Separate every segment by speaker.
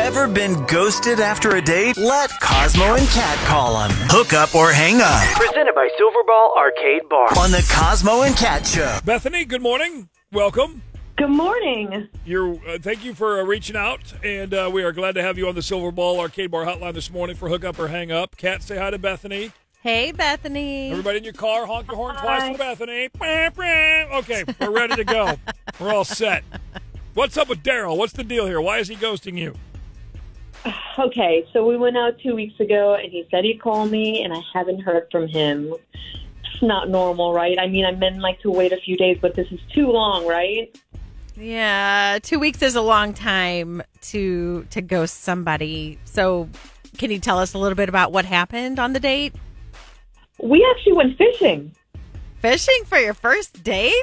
Speaker 1: Ever been ghosted after a date? Let Cosmo and Cat call them. Hook up or hang up
Speaker 2: Presented by Silverball Arcade Bar.
Speaker 1: on the Cosmo and Cat Show.
Speaker 3: Bethany, good morning. Welcome.
Speaker 4: Good morning.
Speaker 3: You're, uh, thank you for uh, reaching out, and uh, we are glad to have you on the Silver Ball Arcade Bar Hotline this morning for Hook Up or Hang Up. Cat, say hi to Bethany.
Speaker 5: Hey, Bethany.
Speaker 3: Everybody in your car, honk your horn twice for Bethany. Bah, bah. Okay, we're ready to go. We're all set. What's up with Daryl? What's the deal here? Why is he ghosting you?
Speaker 4: Okay, so we went out two weeks ago, and he said he'd call me, and I haven't heard from him. It's not normal, right? I mean, I meant like to wait a few days, but this is too long, right?
Speaker 5: Yeah, two weeks is a long time to to ghost somebody. So, can you tell us a little bit about what happened on the date?
Speaker 4: We actually went fishing.
Speaker 5: Fishing for your first date?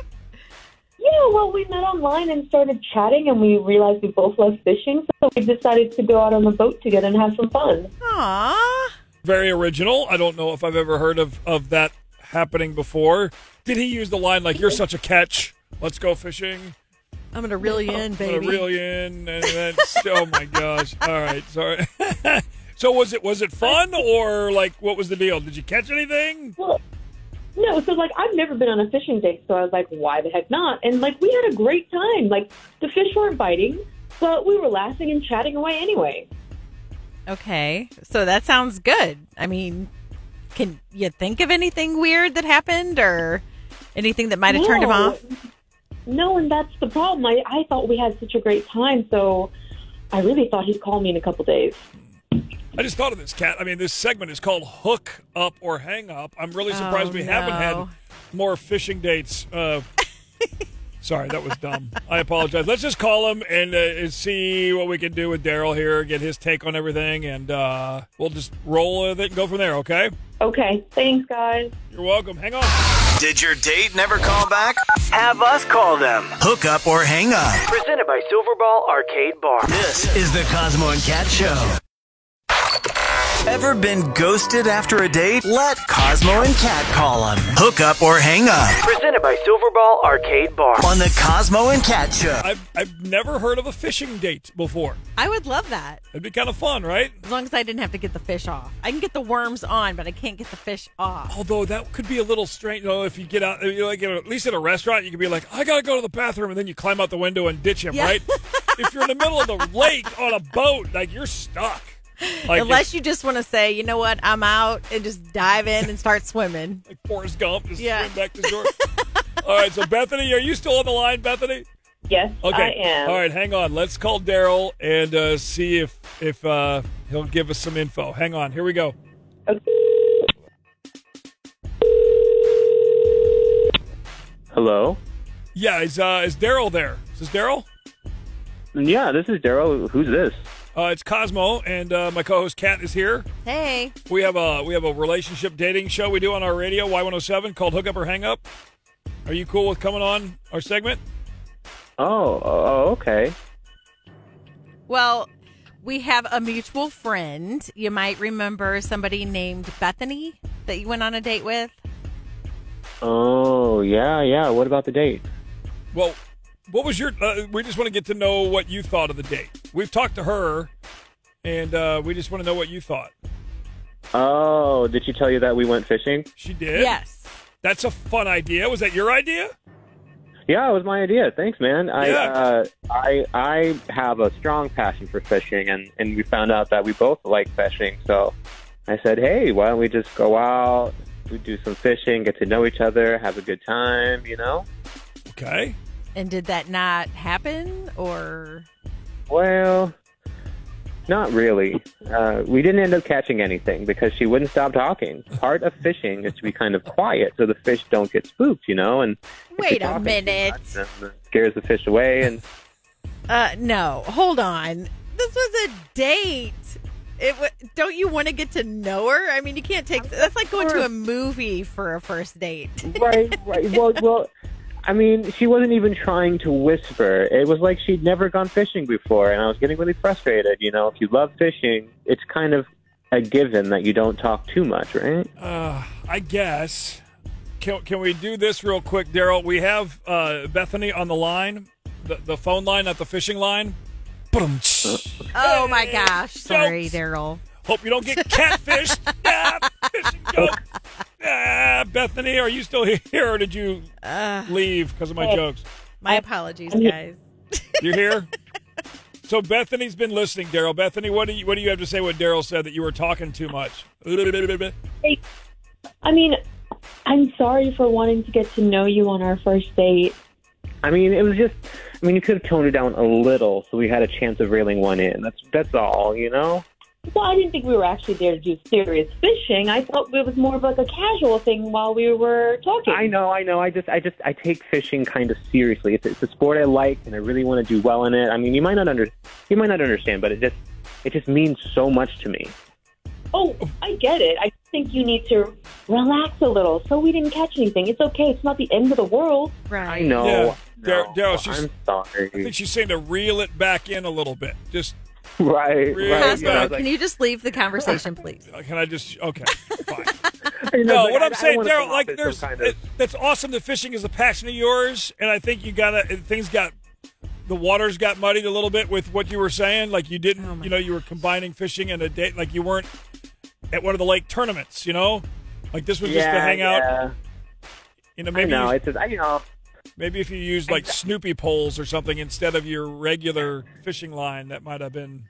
Speaker 4: Yeah, well, we met online and started chatting, and we realized we both love fishing, so we decided to go out on the boat together and have some fun.
Speaker 5: Aw.
Speaker 3: Very original. I don't know if I've ever heard of, of that happening before. Did he use the line like, you're such a catch, let's go fishing?
Speaker 5: I'm gonna reel you in,
Speaker 3: Put a reel you in, and that's oh my gosh! All right, sorry. so was it was it fun or like what was the deal? Did you catch anything?
Speaker 4: Well, no, so like I've never been on a fishing date, so I was like, why the heck not? And like we had a great time. Like the fish weren't biting, but we were laughing and chatting away anyway.
Speaker 5: Okay, so that sounds good. I mean, can you think of anything weird that happened or anything that might have turned him
Speaker 4: No.
Speaker 5: off?
Speaker 4: No, and that's the problem. I, I thought we had such a great time, so I really thought he'd call me in a couple days.
Speaker 3: I just thought of this, Kat. I mean, this segment is called "Hook Up or Hang Up." I'm really surprised
Speaker 5: Oh,
Speaker 3: we haven't had
Speaker 5: no.
Speaker 3: more fishing dates. Uh, sorry, that was dumb. I apologize. Let's just call him and, uh, and see what we can do with Daryl here, get his take on everything, and uh, we'll just roll with it and go from there. Okay?
Speaker 4: Okay, thanks, guys.
Speaker 3: You're welcome. Hang on.
Speaker 1: Did your date never call back?
Speaker 2: Have us call them.
Speaker 1: Hook up or hang up.
Speaker 2: Presented by Silverball Arcade Bar.
Speaker 1: This is the Cosmo and Cat Show. Ever been ghosted after a date? Let Cosmo and Cat call them. Hook up or hang up
Speaker 2: Presented by Silverball Arcade Bar.
Speaker 1: on the Cosmo and Cat Show.
Speaker 3: I've I've never heard of a fishing date before.
Speaker 5: I would love that
Speaker 3: It'd be kind of fun, right?
Speaker 5: as long as I didn't have to get the fish off. I can get the worms on, but I can't get the fish off.
Speaker 3: Although that could be a little strange. You know, if you get out, you know, like at least at a restaurant, you could be like, "I gotta go to the bathroom," and then you climb out the window and ditch him,
Speaker 5: Yeah.
Speaker 3: right? if you're in the middle of the lake on a boat, like you're stuck. Like
Speaker 5: Unless you just want to say, you know what, I'm out and just dive in and start swimming.
Speaker 3: like Forrest Gump, just
Speaker 5: Yeah.
Speaker 3: swim back to shore. All right, so Bethany, are you still on the line, Bethany?
Speaker 4: Yes,
Speaker 3: Okay.
Speaker 4: I am.
Speaker 3: All right, hang on. Let's call Daryl and uh, see if if uh, he'll give us some info. Hang on. Here we go.
Speaker 4: Okay.
Speaker 6: Hello.
Speaker 3: Yeah, is uh, is Daryl there? Is this Daryl?
Speaker 6: Yeah, this is Daryl. Who's this?
Speaker 3: Uh, it's Cosmo, and uh, my co-host Kat is here.
Speaker 5: Hey,
Speaker 3: We have a we have a relationship dating show we do on our radio Y107 called Hook Up or Hang Up. Are you cool with coming on our segment?
Speaker 6: Oh, oh, okay.
Speaker 5: well, we have a mutual friend. You might remember somebody named Bethany that you went on a date with.
Speaker 6: Oh, yeah, yeah. What about the date?
Speaker 3: Well, what was your? Uh, we just want to get to know what you thought of the date. We've talked to her, and uh, we just want to know what you thought.
Speaker 6: Oh, did she tell you that we went fishing?
Speaker 3: She did.
Speaker 5: Yes.
Speaker 3: That's a fun idea. Was that your idea?
Speaker 6: Yeah, it was my idea. Thanks, man. I,
Speaker 3: Yeah.
Speaker 6: uh, I, I have a strong passion for fishing, and and we found out that we both like fishing. So, I said, hey, why don't we just go out, we do some fishing, get to know each other, have a good time, you know?
Speaker 3: Okay.
Speaker 5: And did that not happen or
Speaker 6: Well, not really. Uh, we didn't end up catching anything because she wouldn't stop talking. Part of fishing is to be kind of quiet so the fish don't get spooked, you know. And if you're
Speaker 5: Wait a
Speaker 6: talking too
Speaker 5: minute.
Speaker 6: much, then it scares the fish away. And
Speaker 5: uh no, hold on. This was a date. It w- don't you want to get to know her? I mean, you can't take that's like going to a movie for a first date.
Speaker 6: right, right. Well, well. I mean, she wasn't even trying to whisper. It was like she'd never gone fishing before, and I was getting really frustrated. You know, if you love fishing, it's kind of a given that you don't talk too much, right?
Speaker 3: Uh, I guess. Can, can we do this real quick, Daryl? We have uh, Bethany on the line, the, the phone line, not the fishing line.
Speaker 5: Oh my gosh. Sorry,
Speaker 3: Jokes.
Speaker 5: Daryl.
Speaker 3: Hope you don't get catfished. ah, fishing joke. Ah, Bethany, are you still here or did you leave because of my jokes?
Speaker 5: My apologies, guys.
Speaker 3: You here? so Bethany's been listening, Daryl. Bethany, what do you what do you have to say? What Daryl said that you were talking too much.
Speaker 4: I mean, I'm sorry for wanting to get to know you on our first date.
Speaker 6: I mean, it was just. I mean, you could have toned it down a little, so we had a chance of reeling one in. That's that's all, you know.
Speaker 4: Well, I didn't think we were actually there to do serious fishing. I thought it was more of like a casual thing while we were talking.
Speaker 6: I know, I know. I just, I just, I take fishing kind of seriously. It's, it's a sport I like, and I really want to do well in it. I mean, you might not under, you might not understand, but it just, it just means so much to me.
Speaker 4: Oh, I get it. I think you need to relax a little. So we didn't catch anything. It's okay. It's not the end of the world.
Speaker 5: Right.
Speaker 6: I know.
Speaker 3: Yeah. Dar-
Speaker 6: No,
Speaker 3: Daryl, she's-
Speaker 6: I'm
Speaker 3: I
Speaker 6: sorry.
Speaker 3: think she's saying to reel it back in a little bit. Just
Speaker 6: right,
Speaker 3: Really bad.
Speaker 6: right. You know, I was
Speaker 5: Cosmo,
Speaker 6: like-
Speaker 5: can you just leave the conversation, please?
Speaker 3: uh, can I just okay? Fine.
Speaker 6: you know,
Speaker 3: No,
Speaker 6: I was
Speaker 3: what
Speaker 6: like, I-
Speaker 3: I'm
Speaker 6: I
Speaker 3: saying,
Speaker 6: wanna
Speaker 3: Daryl,
Speaker 6: come
Speaker 3: like
Speaker 6: off as
Speaker 3: there's
Speaker 6: some kind
Speaker 3: it-
Speaker 6: of-
Speaker 3: that's awesome. The fishing is a passion of yours, and I think you gotta and things got the waters got muddied a little bit with what you were saying. Like you didn't, you know, you were combining fishing and a date. Like you weren't at one of the lake tournaments, you know. Like this was just to
Speaker 6: yeah,
Speaker 3: hang out.
Speaker 6: Yeah.
Speaker 3: You know,
Speaker 6: I
Speaker 3: maybe
Speaker 6: know.
Speaker 3: you-
Speaker 6: It's just, I you know.
Speaker 3: maybe if you used like Snoopy poles or something instead of your regular fishing line, that might have been.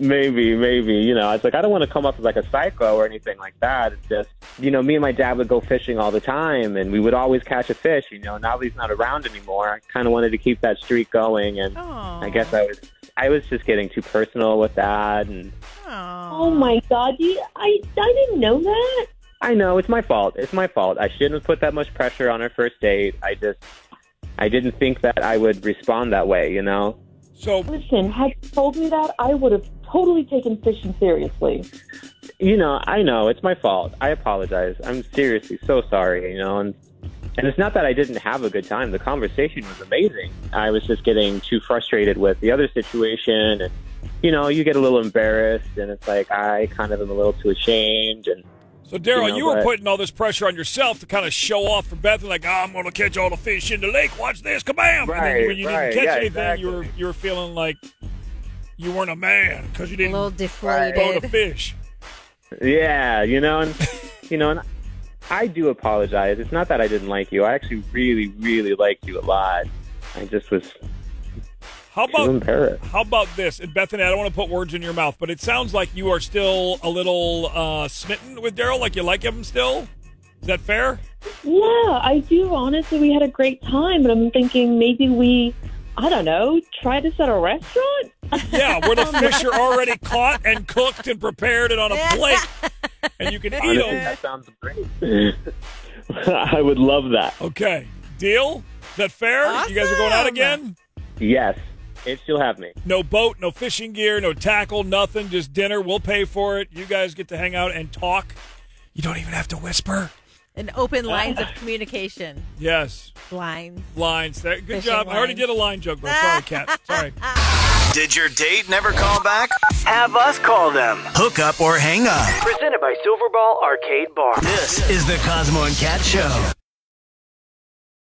Speaker 6: Maybe, maybe. You know, it's like I don't want to come up as like a psycho or anything like that. It's just, you know, me and my dad would go fishing all the time, and we would always catch a fish. You know, now that he's not around anymore, I kind of wanted to keep that streak going, and
Speaker 5: Oh.
Speaker 6: I guess I was, I was just getting too personal with that, and
Speaker 4: Oh my God, you, I I didn't know that.
Speaker 6: I know it's my fault. It's my fault. I shouldn't have put that much pressure on our first date. I just, I didn't think that I would respond that way. You know.
Speaker 3: So
Speaker 4: Listen, had you told me that, I would have totally taken fishing seriously.
Speaker 6: you know, I know it's my fault. I apologize. I'm seriously so sorry. You know, and and it's not that I didn't have a good time. The conversation was amazing. I was just getting too frustrated with the other situation, and you know, you get a little embarrassed, and it's like I kind of am a little too ashamed, and
Speaker 3: So Daryl, you,
Speaker 6: You know,
Speaker 3: were
Speaker 6: but-
Speaker 3: putting all this pressure on yourself to kind of show off for Beth, like "Ah, I'm going to catch all the fish in the lake. Watch this, kabam! and then
Speaker 6: Right,
Speaker 3: when you
Speaker 6: right,
Speaker 3: didn't catch
Speaker 6: yeah,
Speaker 3: anything, you
Speaker 6: exactly.
Speaker 3: were you were feeling like you weren't a man because you
Speaker 5: A
Speaker 3: didn't
Speaker 5: little
Speaker 3: boat
Speaker 5: deflated.
Speaker 3: a fish.
Speaker 6: yeah, you know, and you know, and I do apologize. It's not that I didn't like you. I actually really, really liked you a lot. I just was
Speaker 3: How
Speaker 6: too
Speaker 3: about
Speaker 6: embarrassed.
Speaker 3: how about this? And Bethany, I don't want to put words in your mouth, but it sounds like you are still a little uh, smitten with Daryl. Like you like him still. Is that fair?
Speaker 4: Yeah, I do. Honestly, we had a great time, but I'm thinking maybe we, I don't know, try this at a restaurant.
Speaker 3: Yeah, where the fish are already caught and cooked and prepared and on a plate, and you can eat
Speaker 6: Honestly,
Speaker 3: them.
Speaker 6: that sounds great. I would love that.
Speaker 3: Okay. Deal? Is that fair? You guys are going out
Speaker 5: Awesome.
Speaker 3: again?
Speaker 6: Yes, if you'll have me.
Speaker 3: No boat, no fishing gear, no tackle, nothing. Just dinner. We'll pay for it. You guys get to hang out and talk. You don't even have to whisper.
Speaker 5: And open lines of communication.
Speaker 3: Yes.
Speaker 5: Lines.
Speaker 3: Lines. There. Good
Speaker 5: Fishing
Speaker 3: job. I already
Speaker 5: lines.
Speaker 3: did a line joke, bro. Sorry, Kat. Sorry.
Speaker 1: Did your date never call back?
Speaker 2: Have us call them.
Speaker 1: Hook up or hang up.
Speaker 2: Presented by Silverball Arcade Bar.
Speaker 1: This is the Cosmo and Cat Show.